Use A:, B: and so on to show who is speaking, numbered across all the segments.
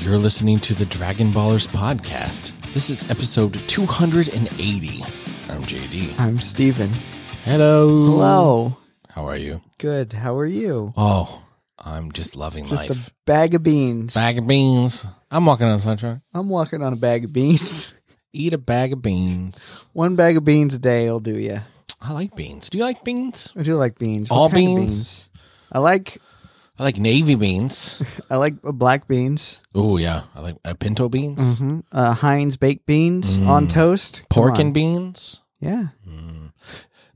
A: You're listening to the Dragon Ballers podcast. This is episode 280. I'm JD.
B: I'm Steven.
A: Hello.
B: Hello.
A: How are you?
B: Good. How are you?
A: Oh, I'm just loving
B: Just
A: life.
B: a bag of beans.
A: bag of beans. I'm walking on sunshine.
B: I'm walking on a bag of beans.
A: Eat a bag of beans.
B: One bag of beans a day will do you.
A: I like beans. Do you like beans?
B: I do like beans.
A: All
B: kind of
A: beans?
B: I like
A: I like navy beans.
B: I like uh, black beans.
A: Oh yeah, I like uh, pinto beans,
B: hmm Uh, Heinz baked beans on toast. Come
A: Mm. pork
B: on.
A: and beans.
B: yeah.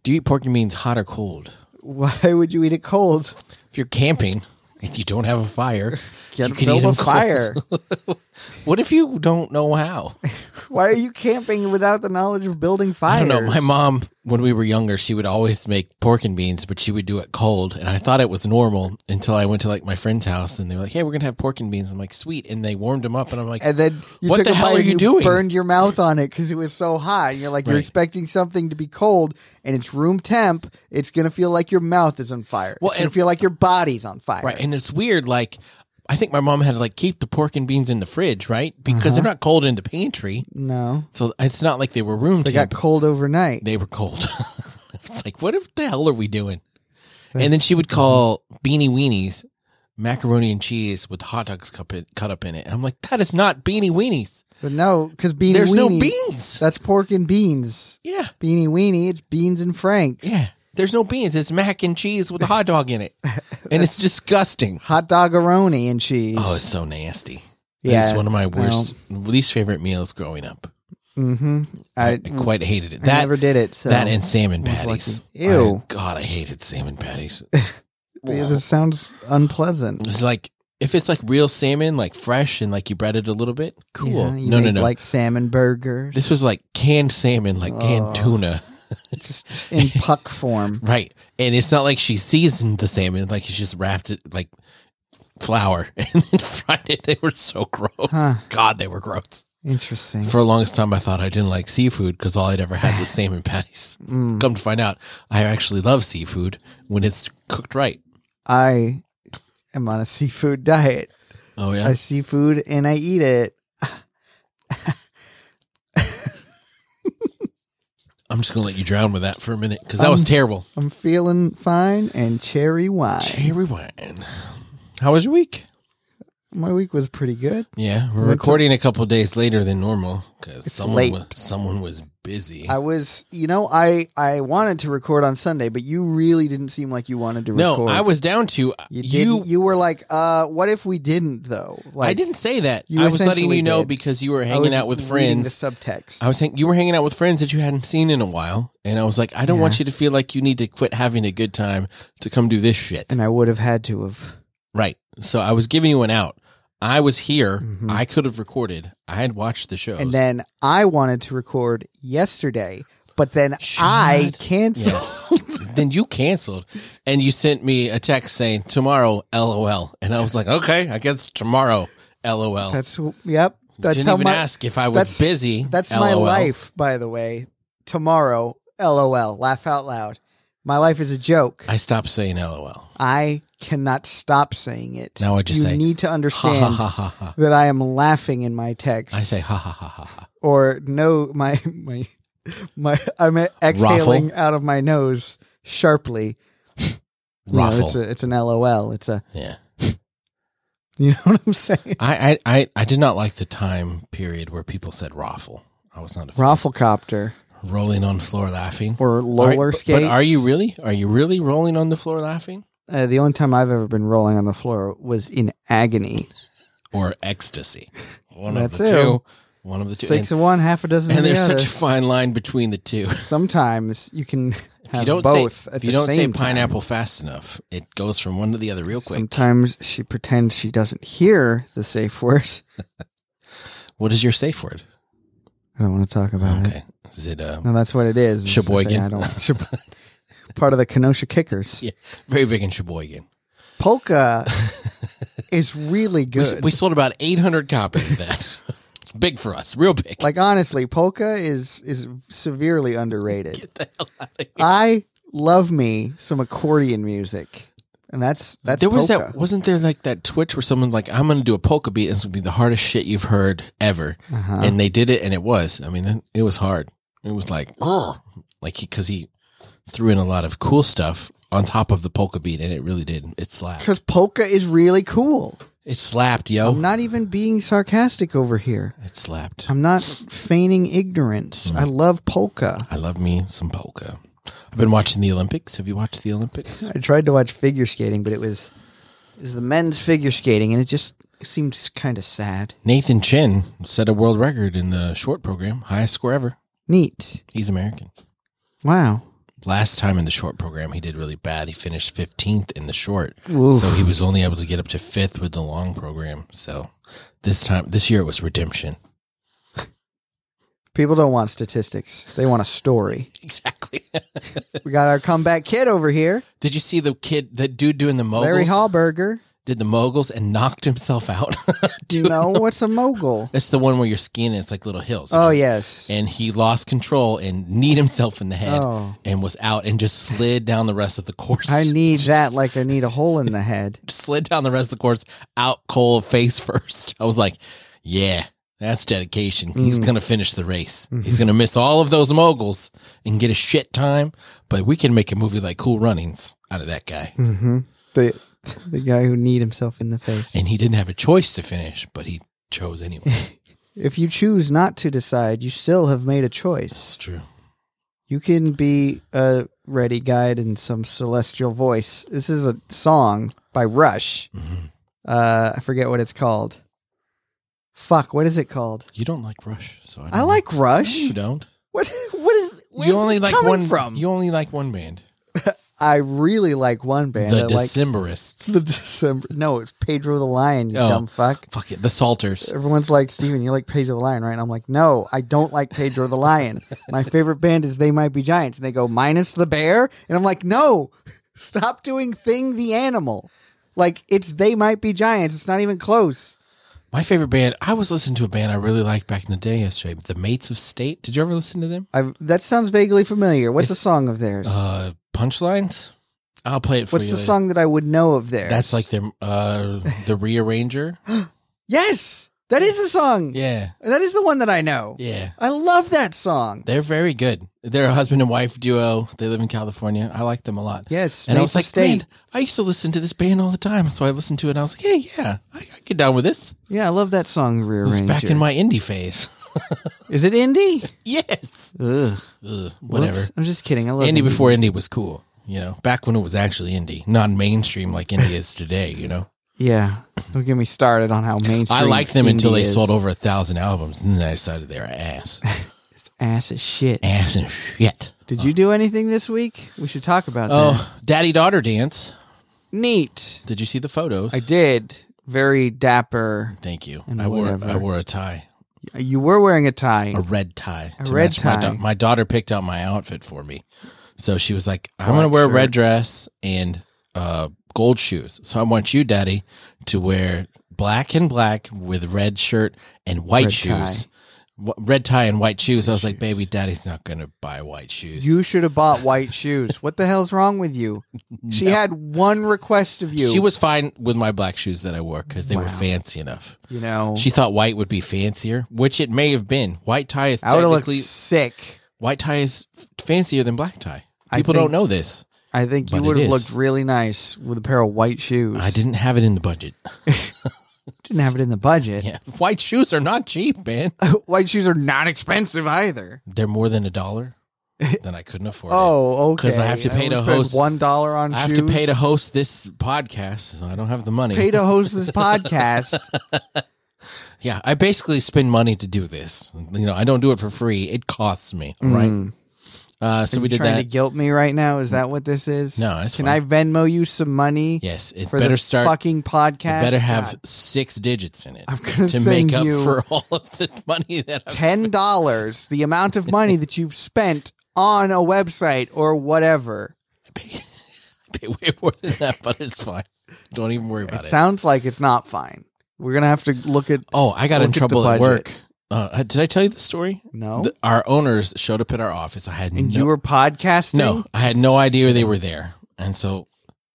A: Do you eat pork and beans hot or cold?
B: Why would you eat it cold?
A: If you're camping and you don't have a fire,
B: Get
A: you can eat
B: build a
A: them cold.
B: fire.
A: What if you don't know how?
B: Why are you camping without the knowledge of building fires?
A: I don't know. My mom, when we were younger, she would always make pork and beans, but she would do it cold. And I thought it was normal until I went to like my friend's house and they were like, hey, we're going to have pork and beans. I'm like, sweet. And they warmed them up. And I'm like,
B: And then you
A: What
B: took
A: the
B: a
A: hell
B: bite
A: are
B: and
A: you doing?
B: Burned your mouth on it because it was so hot. You're like you're
A: Right.
B: expecting something to be cold, and it's room temp. It's gonna feel like your mouth is on fire.
A: Well,
B: it's gonna
A: and-
B: feel like your body's on fire.
A: right. And it's weird. Like, I think my mom had to like keep the pork and beans in the fridge, right? Because
B: Uh-huh.
A: they're not cold in the pantry.
B: No,
A: So it's not like they were room
B: they got
A: temp.
B: cold overnight.
A: they were cold. it's like, what if the hell are we doing? and then she would call beanie weenies macaroni and cheese with hot dogs cup- cut up in it. And I'm like, that is not beanie weenies.
B: but no, because beanie
A: There's no
B: weenie-
A: beans.
B: That's pork and beans.
A: Yeah.
B: Beanie weenie. It's beans and franks.
A: Yeah. There's no beans. It's mac and cheese with a hot dog in it. And it's disgusting.
B: Hot dogaroni and cheese.
A: Oh, it's so nasty. Yeah.
B: Yeah,
A: It's one of my worst, least favorite meals growing up.
B: mm-hmm. I,
A: I, quite hated it.
B: I
A: That,
B: never did it. So
A: that and salmon
B: was
A: patties.
B: lucky. Ew.
A: I- God, I hated salmon patties.
B: this sounds unpleasant.
A: It's like, if it's like real salmon, like fresh and like you bread it a little bit, cool.
B: Yeah, you
A: no, no,
B: make,
A: no.
B: Like salmon burgers.
A: this was like canned salmon, like
B: Oh.
A: canned tuna.
B: just in puck form.
A: Right. And it's not like she seasoned the salmon, like she just wrapped it like flour and then fried it. They were so gross.
B: Huh.
A: God, they were gross.
B: Interesting.
A: For the longest time, I thought I didn't like seafood because all I'd ever had was salmon patties.
B: Mm.
A: Come to find out, I actually love seafood when it's cooked right.
B: I am on a seafood diet.
A: Oh,
B: I
A: yeah.
B: see food and I eat it.
A: I'm just going to let you drown with that for a minute because that was
B: Um,
A: terrible.
B: I'm feeling fine and cherry wine.
A: Cherry wine. How was your week?
B: My week was pretty good.
A: Yeah, we're
B: Went to-
A: recording a couple days later than normal because someone,
B: late.
A: wa- someone was busy.
B: I was, you know, I I wanted to record on Sunday, but you really didn't seem like you wanted to record.
A: no, I was down to
B: You
A: you
B: didn't. You, were like, uh, what if we didn't though? Like
A: I didn't say that.
B: You
A: I was letting
B: essentially
A: you know
B: did.
A: because you were
B: I
A: hanging
B: was
A: out with
B: reading
A: friends.
B: The subtext.
A: I was hang- you were hanging out with friends that you hadn't seen in a while, and I was like, I don't want
B: Yeah.
A: you to feel like you need to quit having a good time to come do this shit.
B: and I would have had to have.
A: right. So I was giving you an out. I was here.
B: Mhm.
A: I could have recorded. I had watched the shows.
B: And then I wanted to record yesterday, but then
A: Shut
B: I canceled.
A: Yes. then you canceled, and you sent me a text saying tomorrow, lol. And I was like, okay, I guess tomorrow, lol.
B: That's yep. That's
A: Oh. Didn't
B: how
A: even
B: my
A: ask if I was
B: that's-
A: busy.
B: that's my
A: LOL.
B: life. By the way, tomorrow, lol, laugh out loud. My life is a joke. I,
A: I stopped saying lol.
B: cannot stop saying it.
A: Now I just
B: you
A: say,
B: need to
A: Ha ha
B: understand
A: ha ha ha.
B: that I am laughing in my text,
A: I say ha ha ha ha ha.
B: or no, my my my I'm exhaling out of my nose sharply. You know,
A: Raffle.
B: it's a, it's an lol. It's a
A: yeah.
B: you know what I'm saying.
A: I, I, I, I did not like the time period where people said raffle. I was not a fan.
B: Rafflecopter
A: rolling on the floor laughing.
B: or
A: Are-
B: roller
A: but-
B: skates.
A: But are you really? Are you really rolling on the floor laughing?
B: Uh, the only time I've ever been rolling on the floor was in agony.
A: Or ecstasy? One
B: That's
A: of the
B: it.
A: two. One of the two.
B: Six
A: and
B: of one, half a dozen
A: and
B: of the
A: there's
B: other.
A: such a fine line between the two.
B: Sometimes you can have
A: If you don't
B: both.
A: say,
B: at
A: if you
B: the
A: don't say
B: same
A: pineapple fast enough, it goes from one to the other real
B: time.
A: quick.
B: Sometimes she pretends she doesn't hear the safe word.
A: What is your safe word?
B: I don't want to talk about it.
A: Okay. Is it uh,
B: No, that's what it is. It's just
A: Sheboygan.
B: saying I don't. Sheb- part of the Kenosha Kickers.
A: Yeah. very big in Sheboygan?
B: Polka is really
A: We, s-
B: good.
A: we sold about 800 copies of that. it's big for us, real big.
B: like honestly, polka is is severely underrated.
A: Get the hell out of here.
B: I love me some accordion music. and that's that's
A: there was
B: polka.
A: that wasn't there like that Twitch where someone's like, I'm gonna do a polka beat and it's gonna be the hardest shit you've heard ever.
B: Uh-huh.
A: And they did it and it was. I mean, it was hard. It was like "Ugh." like he cause he threw in a lot of cool stuff on top of the polka beat and it really did. It slapped.
B: because polka is really cool.
A: It slapped, yo.
B: I'm not even being sarcastic over here.
A: it slapped.
B: I'm not feigning ignorance. I love polka.
A: I love me some polka. I've been watching the Olympics. Have you watched the Olympics?
B: I tried to watch figure skating, but it was is the men's figure skating, and it just seems kind of sad.
A: Nathan Chin set a world record in the short program, highest score ever.
B: Neat.
A: He's American.
B: Wow.
A: Last time in the short program, he did really bad. He finished 15th in the short.
B: Oof.
A: So he was only able to get up to fifth with the long program. So this time, this year it was redemption.
B: People don't want statistics; they want a story.
A: Exactly.
B: we got our comeback kid over here,
A: did you see the kid, that dude doing the moguls?
B: Larry Hallberger.
A: Did the moguls and knocked himself out.
B: Do you know what's a mogul?
A: That's the one where you're skiing and it's like little hills.
B: Oh yes.
A: And he lost control and kneed himself in the head
B: Oh.
A: and was out and just slid down the rest of the course.
B: I need that like I need a hole in the head.
A: slid down the rest of the course out cold face first. I was like, yeah, that's dedication. He's
B: Mm.
A: going to finish the race.
B: Mm-hmm.
A: He's going to miss all of those moguls and get a shit time, but we can make a movie like Cool Runnings out of that guy.
B: Mm-hmm. The the guy who kneed himself in the face.
A: And he didn't have a choice to finish, but he chose anyway.
B: If you choose not to decide, you still have made a choice.
A: It's true.
B: You can be a ready guide in some celestial voice. This is a song by Rush.
A: Mhm.
B: Uh, I forget what it's called. Fuck, what is it called?
A: You don't like Rush, so I, don't
B: I
A: know.
B: like Rush.
A: You don't.
B: What? What is? Where's
A: Mm. you only
B: this
A: like
B: coming
A: one.
B: from?
A: You only like one band,
B: I really like one band.
A: the
B: I like
A: Decemberists.
B: the December. No, it's Pedro the Lion. You
A: Oh.
B: dumb fuck.
A: Fuck it, the Salters.
B: Everyone's like, Steven, you like Pedro the Lion, right? And I'm like, no, I don't like Pedro the Lion. My favorite band is They Might Be Giants. And they go, minus the bear? And I'm like, no, stop doing Thing the Animal. Like, it's They Might Be Giants. It's not even close.
A: My favorite band. I was listening to a band I really liked back in the day yesterday, the Mates of State. Did you ever listen to them?
B: I That sounds vaguely familiar. What's a song of theirs?
A: Uh, punchlines. I'll play it for
B: What's
A: you.
B: the
A: later.
B: song that I would know of theirs?
A: That's like the uh, the rearranger.
B: yes, that is the song.
A: Yeah,
B: That is the one that I know.
A: yeah.
B: I love that song.
A: They're very good. They're a husband and wife duo. They live in California. I like them a lot.
B: Yes,
A: and I
B: Mates
A: was
B: of
A: like,
B: State.
A: man, I used to listen to this band all the time. So I listened to it. and I was like, hey, yeah, I, I get down with this.
B: Yeah, I love that song.
A: It was
B: Rearranger.
A: back in my indie phase.
B: is it indie?
A: yes.
B: Ugh.
A: Ugh, whatever.
B: Whoops. I'm just kidding. I love
A: Indie
B: Andy
A: before indie was cool. You know, back when it was actually indie, non mainstream like indie is today. You know.
B: Yeah, don't get me started on how mainstream.
A: I liked them until
B: indie
A: they
B: is.
A: sold over a thousand albums, and then I decided they're ass,
B: It's ass as shit.
A: ass and shit.
B: Did you do anything this week? We should talk about that.
A: Oh, daddy daughter dance.
B: Neat.
A: Did you see the photos?
B: I did. Very dapper.
A: Thank you.
B: And
A: I wore
B: whatever.
A: I wore a tie,
B: You were wearing a tie.
A: a red tie.
B: A red
A: match my
B: tie.
A: da- my daughter picked out my outfit for me, so she was like, "I'm
B: Black
A: gonna wear a red
B: shirt.
A: dress and uh, gold shoes." So I want you, daddy, to wear black and black with red shirt and white
B: Red
A: shoes. Wh- Red tie and white shoes. I was like, baby, daddy's not going to buy white shoes.
B: You should have bought white shoes. What the hell's wrong with you? She had one request of you.
A: She was fine with my black shoes that I wore because they were
B: Wow.
A: fancy enough.
B: you know,
A: She thought white would be fancier, which it may have been. White tie is
B: I would have looked
A: technically
B: sick.
A: white tie is f- fancier than black tie.
B: I
A: People
B: think-
A: don't know this.
B: I think you
A: But it
B: would have
A: is.
B: looked really nice with a pair of white shoes.
A: I didn't have it in the budget.
B: Didn't have it in the budget.
A: Yeah, white shoes are not cheap, man.
B: white shoes are not expensive either.
A: They're more than a dollar. Then I couldn't afford. it.
B: Oh, okay.
A: 'Cause I have to pay
B: only
A: to
B: spent
A: host-
B: one dollar on.
A: I have to
B: shoes.
A: pay to host this podcast. So I don't have the money.
B: pay to host this podcast.
A: yeah, I basically spend money to do this. You know, I don't do it for free. It costs me, right?
B: Mm.
A: Uh, so
B: Are
A: we
B: you
A: did
B: trying
A: that.
B: to guilt me right now? Is that what this is?
A: No, that's
B: Can
A: fine.
B: I Venmo you some money
A: yes, it
B: for
A: better
B: the
A: start.
B: fucking podcast?
A: better have
B: God,
A: six digits in it
B: I'm
A: to
B: gonna send
A: make up
B: you
A: for all of the money that I've
B: ten dollars, the amount of money that you've spent on a website or whatever.
A: paid. I pay way more than that, but it's fine. Don't even worry about
B: It
A: it.
B: sounds like it's not fine. We're gonna have to look at
A: oh, I got
B: Look
A: in
B: at the
A: trouble at
B: budget.
A: work. Uh, did I tell you the story?
B: no.
A: The- our owners showed up at our office. I had
B: and
A: no,
B: you were podcasting.
A: no, I had no idea they were there, and so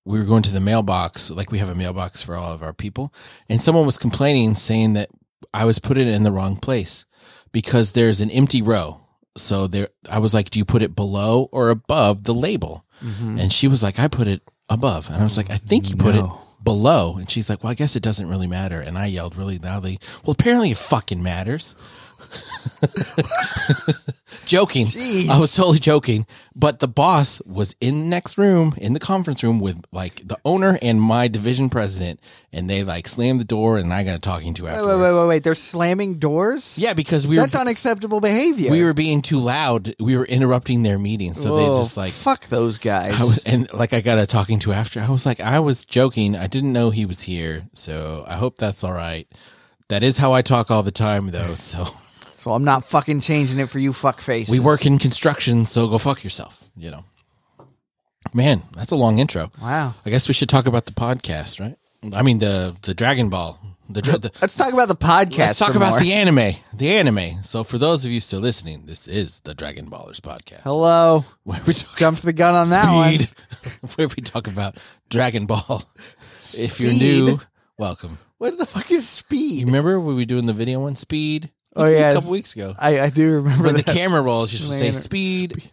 A: we were going to the mailbox, like we have a mailbox for all of our people, and someone was complaining saying that I was put it in the wrong place because there's an empty row. So there I was like, Do you put it below or above the label?
B: Mm-hmm.
A: And she was like, I put it above. And I was like, I think you put
C: No.
A: it below. And she's like, Well, I guess it doesn't really matter. And I yelled really loudly, Well, apparently it fucking matters. joking.
B: Jeez.
A: I was totally joking. But the boss was in the next room, in the conference room with like the owner and my division president. And they like slammed the door and I got talking to
B: Wait,
A: afterwards.
B: wait, wait, wait, wait. They're slamming doors?
A: Yeah, because we
B: That's
A: were
B: unacceptable behavior.
A: we were being too loud. We were interrupting their meeting. So
B: Whoa,
A: they just like
B: fuck those guys.
A: I was, and like I got a talking to after. I was like, I was joking. I didn't know he was here, so I hope that's all right. That is how I talk all the time, though. So
B: so I'm not fucking changing it for you, fuck faces.
A: we work in construction, so go fuck yourself. You know, man, that's a long intro.
B: Wow.
A: I guess we should talk about the podcast, right? I mean the the Dragon Ball. The, dra- the
B: Let's talk about the podcast.
A: let's talk
B: some
A: about
B: more.
A: the anime. The anime. So for those of you still listening, this is the Dragon Ballers podcast.
B: Hello.
A: Where we talk
B: Jumped the gun on that one.
A: speed. Where we talk about Dragon Ball. If you're
B: Speed.
A: new, welcome.
B: What the fuck is
A: You
B: speed?
A: remember we were doing the video on speed?
B: Oh,
A: a
B: yes.
A: couple weeks ago.
B: I, I do remember
A: When the
B: that.
A: camera rolls, you should say
B: Later.
A: speed.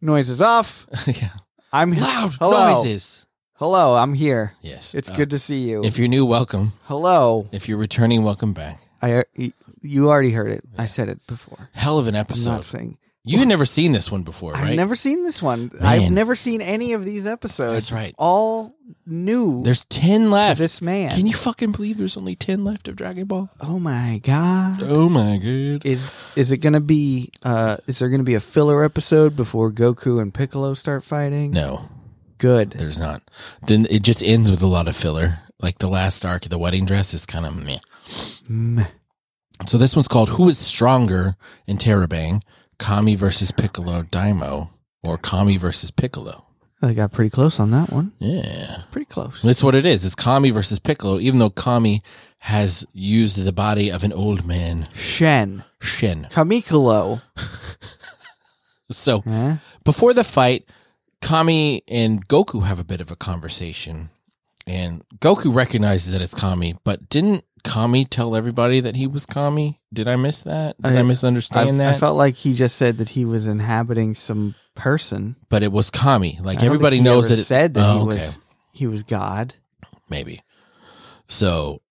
B: Noise is off.
A: yeah.
B: I'm
A: Loud
B: Hello.
A: noises.
B: Hello, I'm here.
A: Yes,
B: It's
A: Uh,
B: good to see you.
A: If you're new, welcome.
B: Hello.
A: If you're returning, welcome back.
B: I uh, y- you already heard it. I said it before.
A: Hell of an
B: I'm
A: episode.
B: not saying.
A: You had never seen this one before, right?
B: I've never seen this one. I've
A: Man.
B: never seen any of these episodes.
A: That's right.
B: It's all new
A: There's ten
B: to
A: left.
B: this man.
A: Can you fucking believe there's only ten left of Dragon Ball?
B: Oh my god.
A: Oh my god!
B: Is is it gonna be uh is there gonna be a filler episode before Goku and Piccolo start fighting?
A: No,
B: Good.
A: There's not. Then it just ends with a lot of filler. Like the last arc of the wedding dress is kind of meh.
B: Meh.
A: So this one's called Who is Stronger in Terabang? Kami versus Piccolo Daimo or Kami versus Piccolo.
B: I got pretty close on that one.
A: Yeah.
B: Pretty close.
A: That's what it is. It's Kami versus Piccolo, even though Kami has used the body of an old man,
B: Shen.
A: Shin.
B: Kamikolo.
A: So
B: Eh?
A: before the fight, Kami and Goku have a bit of a conversation, and Goku recognizes that it's Kami, but didn't Kami tell everybody that he was Kami? Did I miss that? Did I,
B: I-
A: misunderstand
B: I've-
A: that?
B: I felt like he just said that he was inhabiting some person.
A: but it was Kami. Like
B: I don't
A: everybody
B: think he
A: knows
B: ever
A: that. It,
B: said that
A: Oh,
B: he
A: okay.
B: was he was God.
A: maybe. So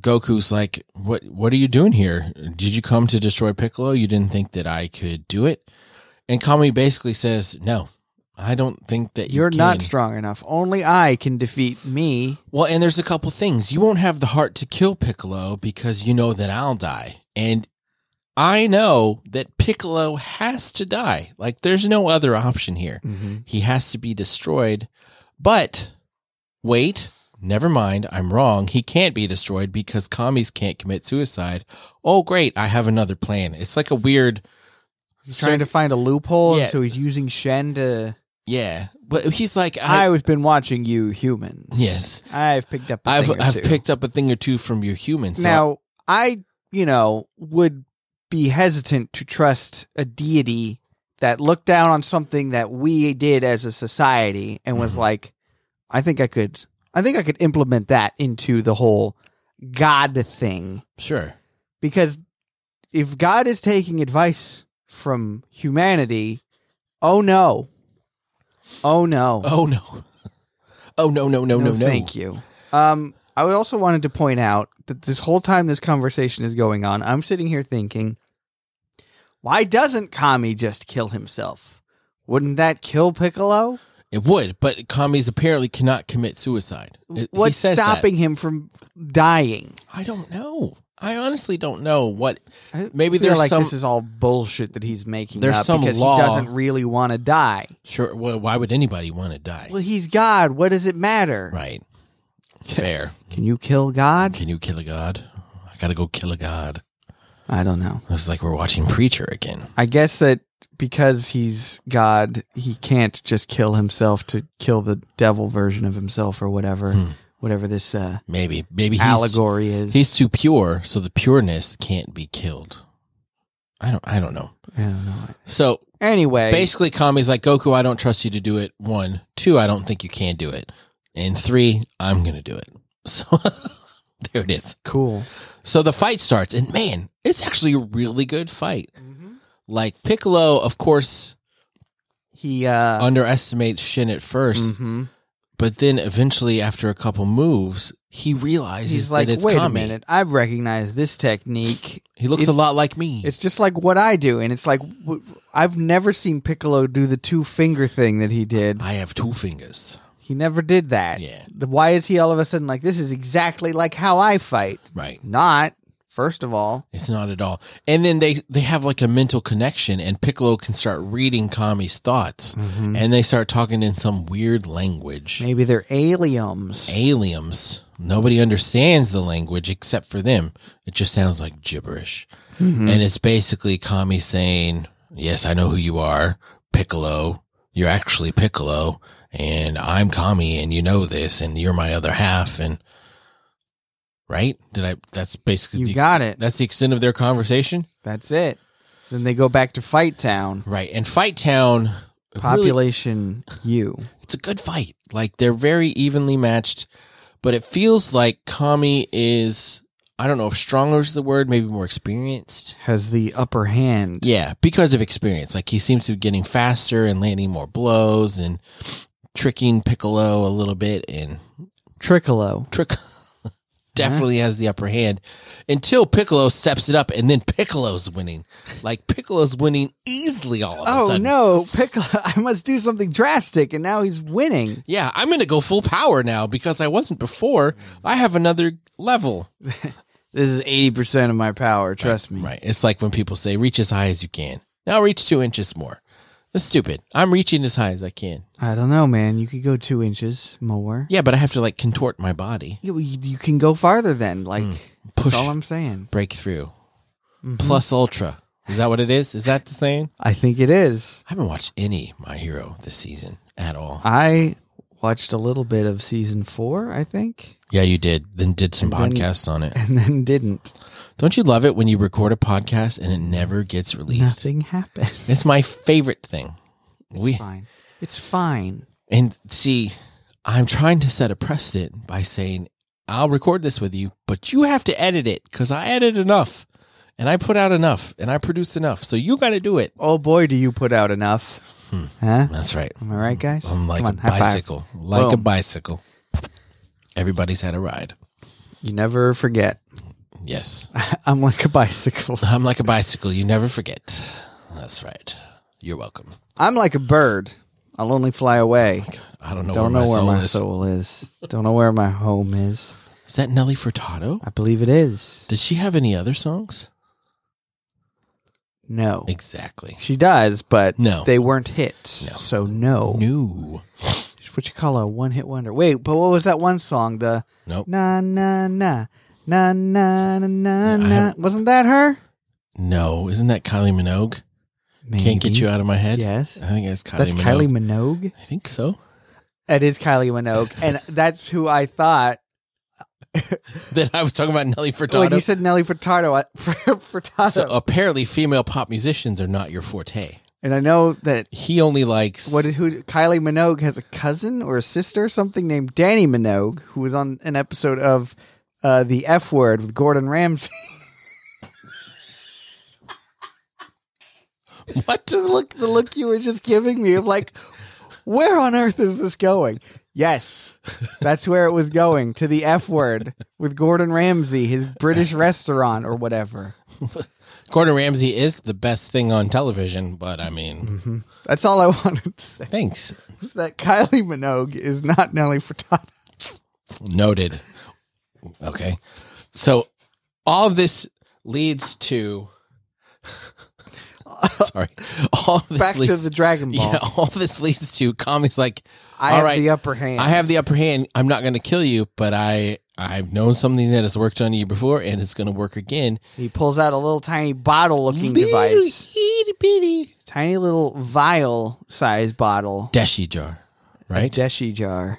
A: Goku's like, "What? What are you doing here? Did you come to destroy Piccolo? You didn't think that I could do it?" And Kami basically says, "No, I don't think that you
B: You're not
A: can."
B: strong enough. Only I can defeat me.
A: Well, and there's a couple things. You won't have the heart to kill Piccolo because you know that I'll die. And I know that Piccolo has to die. Like, there's no other option here. He has to be destroyed. But wait, never mind. I'm wrong. He can't be destroyed because commies can't commit suicide. Oh, great. I have another plan. It's like a weird.
B: He's trying to find a loophole,
A: Yeah.
B: so he's using Shen to.
A: Yeah. But he's like, I.
B: I've been watching you humans.
A: Yes.
B: I've picked up. a
A: I've,
B: thing or
A: I've
B: two.
A: picked up a thing or two from your human. So
B: now. I you know would be hesitant to trust a deity that looked down on something that we did as a society and was
A: Mhm.
B: like, I think I could. I think I could implement that into the whole God thing
A: sure.
B: because if God is taking advice from humanity, oh no, oh no,
A: Oh no. Oh no no no no no.
B: Thank you. Um, I would also wanted to point out that this whole time this conversation is going on, I'm sitting here thinking, why doesn't Kami just kill himself? Wouldn't that kill Piccolo?
A: It would, but Kami's apparently cannot commit suicide. It- he
B: What's
A: says that.
B: stopping him from dying?
A: I don't know. I honestly don't know what
B: I
A: Maybe
B: feel
A: there's
B: like
A: some-
B: this is all bullshit that he's making
A: There's
B: up
A: some
B: because
A: law-
B: he doesn't really want to die.
A: sure well, why would anybody want to die?
B: Well, he's God. What does it matter?
A: right. Fair.
B: Can you kill God?
A: Can you kill a god? I got to go kill a god.
B: I don't know.
A: This is like we're watching Preacher again.
B: I guess that because he's God, he can't just kill himself to kill the devil version of himself or whatever,
A: Hmm.
B: whatever this uh,
A: Maybe maybe he's
B: allegory is.
A: he's too pure, so the pureness can't be killed. I don't I don't know.
B: I don't know.
A: So
B: Anyway,
A: basically Kami's like Goku, I don't trust you to do it. One, Two, I don't think you can do it. And three, I'm going to do it. So there it is.
B: Cool.
A: So the fight starts, and man, it's actually a really good fight. Like Piccolo, of course,
B: He uh
A: underestimates Shin at 1st
B: mhm.
A: but then eventually, after a couple moves, he realizes
B: he's like,
A: that it's
B: wait
A: Kami.
B: a minute, I've recognized this technique.
A: He looks a
B: It's-
A: lot like me.
B: It's just like what I do, and it's like w- I've never seen Piccolo do the two finger thing that he did.
A: I have two fingers.
B: He never did that.
A: Yeah.
B: Why is he all of a sudden like this? Is exactly like how I fight.
A: Right.
B: Not first of all.
A: It's not at all. And then they they have like a mental connection, and Piccolo can start reading Kami's thoughts,
B: Mm-hmm.
A: and they start talking in some weird language.
B: Maybe they're aliens.
A: Aliens. Nobody understands the language except for them. It just sounds like gibberish,
B: Mm.
A: and it's basically Kami saying, "Yes, I know who you are, Piccolo. You're actually Piccolo, and I'm Kami, and you know this, and you're my other half." And right? Did I? That's basically
B: You
A: the
B: got it.
A: That's the extent of their conversation.
B: That's it. Then they go back to Fight Town.
A: Right. And Fight Town really,
B: Population U.
A: it's a good fight. Like they're very evenly matched, but it feels like Kami is I don't know if stronger is the word, maybe more experienced.
B: has the upper hand.
A: Yeah, because of experience. Like he seems to be getting faster and landing more blows and tricking Piccolo a little bit and
B: Tricolo.
A: trick definitely has the upper hand until Piccolo steps it up and then Piccolo's winning. Like Piccolo's winning easily all of a
B: Oh
A: sudden.
B: no, Piccolo! I must do something drastic, and now he's winning.
A: Yeah, I'm going to go full power now because I wasn't before. I have another level.
B: This is eighty percent of my power. Trust me.
A: Right. It's like when people say, reach as high as you can. Now reach two inches more. That's stupid. I'm reaching as high as I can.
B: I don't know, man. You could go two inches more.
A: Yeah, but I have to like contort my body,
B: You, you, you can go farther then. Like
A: Mm. Push.
B: that's all I'm saying.
A: break through. Plus ultra. Is that what it is? Is that the saying?
B: I think it is.
A: I haven't watched any My Hero this season at all.
B: I watched a little bit of season four, I think,
A: Yeah, you did. Then did some
B: And then-
A: podcasts on it.
B: and then didn't.
A: Don't you love it when you record a podcast and it never gets released?
B: Nothing happened.
A: It's my favorite thing. we
B: It's fine. It's fine.
A: And see, I'm trying to set a precedent by saying, I'll record this with you, but you have to edit it because I edit enough and I put out enough and I produced enough. So you got to do it.
B: Oh boy, do you put out enough? Huh?
A: That's right.
B: Am I right, guys?
A: Hmm. I'm like
B: Come on,
A: a
B: high five.
A: bicycle, like a
B: Boom.
A: bicycle. Everybody's had a ride.
B: You never forget.
A: Yes.
B: I'm like a bicycle.
A: I'm like a bicycle. You never forget. That's right. You're welcome.
B: I'm like a bird. I'll only fly away.
A: I don't know
B: Don't
A: where my
B: know where
A: soul
B: my
A: is.
B: soul is. Don't know where my home is.
A: Is that Nelly Furtado?
B: I believe it is.
A: Does she have any other songs?
B: No.
A: Exactly.
B: She does, but
A: No.
B: they weren't hits.
A: No.
B: So no.
A: No.
B: It's what you call a one hit wonder. Wait, but what was that one song? The
A: Nope.
B: na na na na na na na
A: I
B: na.
A: haven't-
B: Wasn't that her?
A: No, isn't that Kylie Minogue?
B: Maybe.
A: Can't get you out of my head.
B: Yes.
A: I think that's Uh, Kylie.
B: That's
A: Minogue.
B: Kylie Minogue.
A: I think so.
B: That is Kylie Minogue. and that's who I thought
A: Then I was talking about Nelly Furtado.
B: Like you said Nelly Furtado. I- Furtado.
A: so uh, apparently, female pop musicians are not your forte.
B: and I know that
A: He only likes
B: what who Kylie Minogue has a cousin or a sister or something named Danny Minogue who was on an episode of uh, the F Word with Gordon Ramsay.
A: what?
B: the look the look you were just giving me of like where on earth is this going? Yes, that's where it was going to the F word with Gordon Ramsay, his British restaurant or whatever.
A: Gordon Ramsay is the best thing on television, but I mean,
B: Mm-hmm. That's all I wanted to say.
A: thanks.
B: Was that Kylie Minogue is not Nelly Furtado.
A: Noted. Okay, so all of this leads to. Sorry, all of this
B: Back to
A: leads
B: the Dragon Ball.
A: yeah, all this leads to Kami's like,
B: I
A: all
B: have
A: right,
B: the upper hand.
A: I have the upper hand. I'm not going to kill you, but I I've known something that has worked on you before, and it's going to work again.
B: he pulls out a little tiny bottle looking device.
A: Little itty bitty
B: Tiny little vial size bottle.
A: Deshi jar, right?
B: Deshi jar.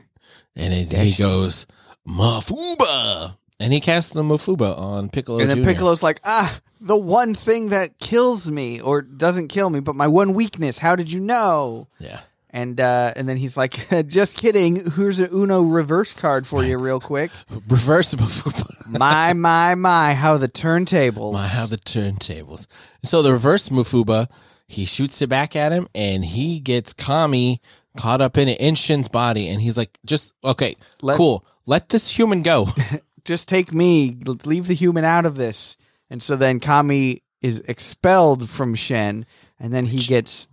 A: and it, he goes Mafuba, and he casts the Mafuba on Piccolo.
B: and then
A: Jr..
B: Piccolo's like, ah, the one thing that kills me, or doesn't kill me, but my one weakness. How did you know?
A: yeah,
B: And uh, and then he's like, "Just kidding. Here's a Uno reverse card for you, real quick.
A: Reversible. Fupa.
B: My my my, how the turntables.
A: My, how the turntables. So the reverse Mufuba, he shoots it back at him, and he gets Kami caught up in it in Shin's body, and he's like, "Just okay,
B: Let-
A: cool. Let this human go."
B: just take me, L- leave the human out of this. And so then Kami is expelled from Shen, and then he gets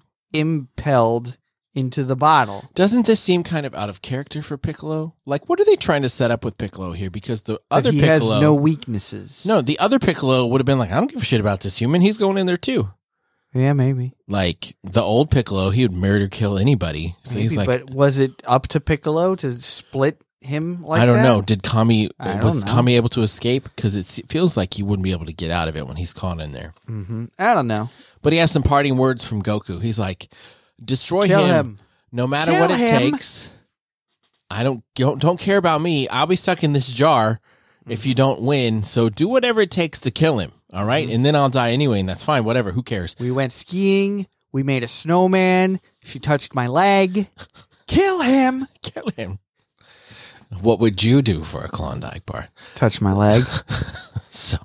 B: impelled into the bottle.
A: Doesn't this seem kind of out of character for Piccolo? Like, what are they trying to set up with Piccolo here? Because the other
B: That he
A: Piccolo,
B: has no weaknesses.
A: no, the other Piccolo would have been like, "I don't give a shit about this human. He's going in there too."
B: Yeah, maybe.
A: Like the old Piccolo, he would murder kill anybody. So he's
B: Maybe,
A: like,
B: but was it up to Piccolo to split him like
A: I don't
B: that?
A: know. Did Kami
B: I don't
A: was
B: know.
A: Kami able to escape? Because it se- feels like he wouldn't be able to get out of it when he's caught in there.
B: hmm I don't know.
A: But he has some parting words from Goku. He's like, "Destroy
B: Kill
A: him,
B: him.
A: no matter
B: Kill
A: what it
B: him."
A: takes. I don't, don't don't care about me. I'll be stuck in this jar if you
B: Mm-hmm.
A: don't win. So do whatever it takes to kill him. All right? and then I'll die anyway, and that's fine. Whatever. Who cares?
B: We went skiing. We made a snowman. She touched my leg. Kill him.
A: Kill him. What would you do for a Klondike bar?
B: Touch my leg.
A: So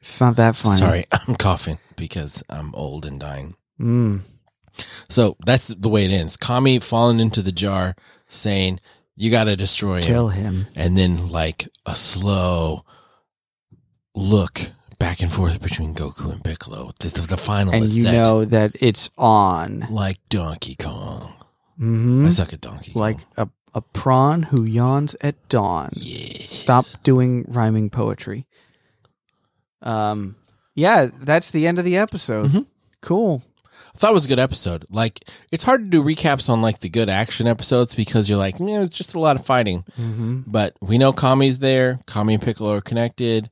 B: It's not that funny.
A: sorry, I'm coughing because I'm old and dying.
B: Mm.
A: So that's the way it ends. Kami falling into the jar, saying, "You got to destroy him,"
B: Kill him.
A: and then like a slow look back and forth between Goku and Piccolo. This is the final
B: and you
A: set,
B: know that it's on.
A: like Donkey Kong.
B: hmm
A: I suck at Donkey Kong.
B: Like a, a prawn who yawns at dawn.
A: yeah,
B: Stop doing rhyming poetry. Um, yeah, that's the end of the episode.
A: Mhm.
B: Cool.
A: I thought it was a good episode. Like it's hard to do recaps on like the good action episodes because you're like, man, it's just a lot of fighting.
B: Mm-hmm.
A: But we know Kami's there. Kami and Piccolo are connected.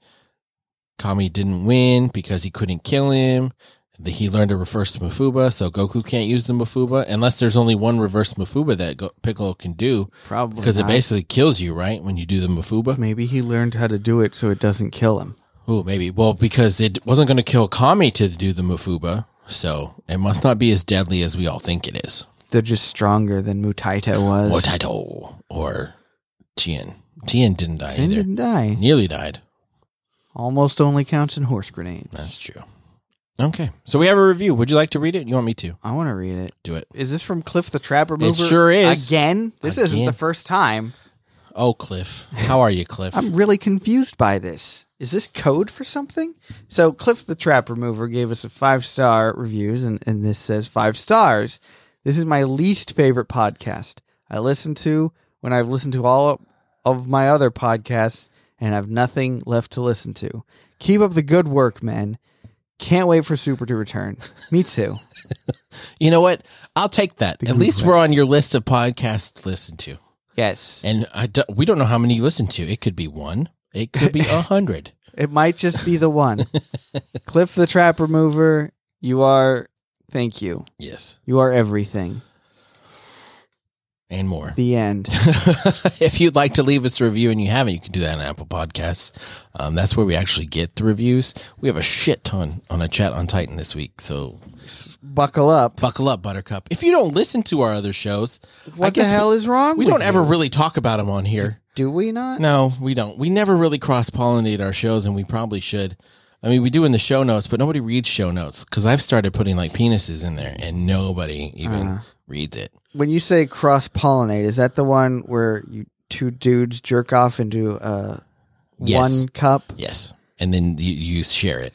A: Kami didn't win because he couldn't kill him. The- He learned to reverse Mufuba, so Goku can't use the Mufuba unless there's only one reverse Mufuba that Go- Piccolo can do
B: Probably
A: because it
B: not.
A: basically kills you, right? When you do the Mufuba.
B: Maybe he learned how to do it so it doesn't kill him.
A: Oh, maybe. Well, because it wasn't going to kill Kami to do the Mufuba, so it must not be as deadly as we all think it is.
B: They're just stronger than Mutaita was.
A: Or Taito or Tien. Tien didn't die
B: Ten
A: either.
B: didn't die.
A: Nearly died.
B: Almost only counts in horse grenades.
A: That's true. Okay. So we have a review. Would you like to read it? You want me to
B: I want to read it.
A: do it?
B: Is this from Cliff the Trap Remover?
A: sure is.
B: Again? This isn't
A: Again.
B: the first time.
A: Oh, Cliff. How are you, Cliff?
B: I'm really confused by this. Is this code for something? So Cliff the Trap Remover gave us a five star reviews and, and this says five stars. This is my least favorite podcast. I listen to when I've listened to all of my other podcasts and have nothing left to listen to. Keep up the good work, man. Can't wait for Super to return. Me too.
A: you know what? I'll take that. At
B: Google
A: least we're on your list of podcasts to listen to.
B: Yes.
A: And I do, we don't know how many you listen to. It could be one. It could be a hundred.
B: It might just be the one. Cliff the Trap Remover, you are thank you.
A: Yes.
B: You are everything.
A: And more.
B: The end.
A: if you'd like to leave us a review and you haven't, you can do that on Apple Podcasts. Um, that's where we actually get the reviews. We have a shit ton on a chat on Titan this week. So
B: Buckle up.
A: buckle up, Buttercup. If you don't listen to our other shows, I
B: What the
A: guess we-
B: hell is wrong?
A: We
B: with
A: don't ever
B: you?
A: really talk about them on here.
B: do we not?
A: No, we don't. We never really cross pollinate our shows, and we probably should. I mean, we do in the show notes, but nobody reads show notes because I've started putting like penises in there, and nobody even reads it.
B: When you say cross pollinate, is that the one where you two dudes jerk off into uh,
A: Yes.
B: one cup?
A: Yes, and then you, you share it,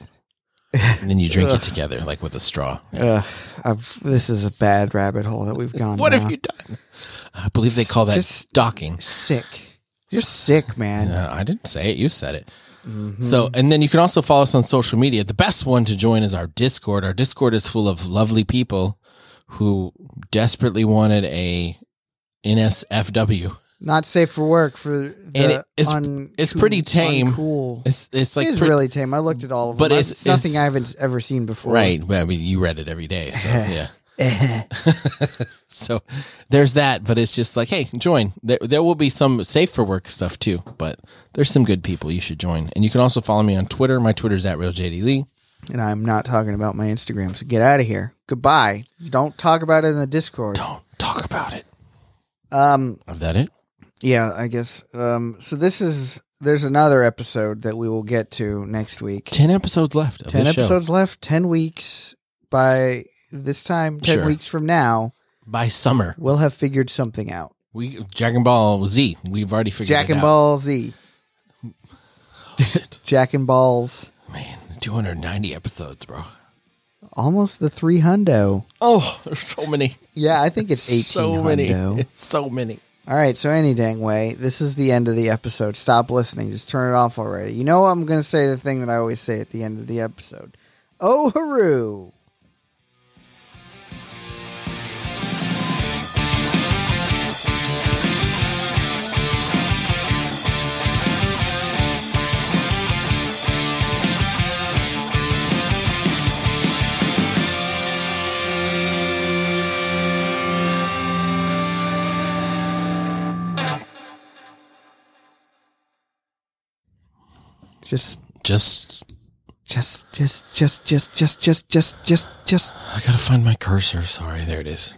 A: and then you drink it together, like with a straw.
B: Ugh, I've, this is a bad rabbit hole that we've gone.
A: What
B: down.
A: have you done? I believe they call that
B: Just-
A: docking.
B: Sick. You're sick, man. Mm-hmm.
A: Uh, I didn't say it. You said it.
B: Hmm.
A: So, and then you can also follow us on social media. The best one to join is our Discord. Our Discord is full of lovely people who desperately wanted a NSFW.
B: Not safe for work for the
A: And it- it's-
B: un-
A: it's pretty tame.
B: Cool.
A: It's it's like
B: it is
A: pre-
B: really tame. I looked at all of
A: But
B: them.
A: it's-
B: it's nothing
A: it's-
B: I haven't ever seen before.
A: right. Well, I mean, you read it every day, so yeah. So there's that, but it's just like, hey, join. There, there will be some safe for work stuff too, but there's some good people you should join. And you can also follow me on Twitter. My Twitter's at real JD Lee.
B: And I'm not talking about my Instagram, so get out of here. Goodbye. Don't talk about it in the Discord.
A: Don't talk about it.
B: Um,
A: Is that it?
B: yeah, I guess. Um, so this is there's another episode that we will get to next week.
A: Ten episodes left of
B: 10
A: this show.
B: episodes left 10 weeks by this time 10
A: Sure.
B: weeks from now
A: By summer,
B: we'll have figured something out
A: we Dragon Ball Z. We've already figured
B: jack
A: it
B: and
A: out. Oh,
B: ball z jack and balls
A: Man, 290 episodes, bro.
B: almost the three hundo
A: Oh, there's so many.
B: yeah i think it's 18
A: So many.
B: hundo.
A: It's so many.
B: all right so any dang way this is the end of the episode stop listening just turn it off already you know i'm gonna say the thing that i always say at the end of the episode oh hooroo just
A: Just,
B: just just just just just just just just just
A: I gotta find my cursor. Sorry, there it is.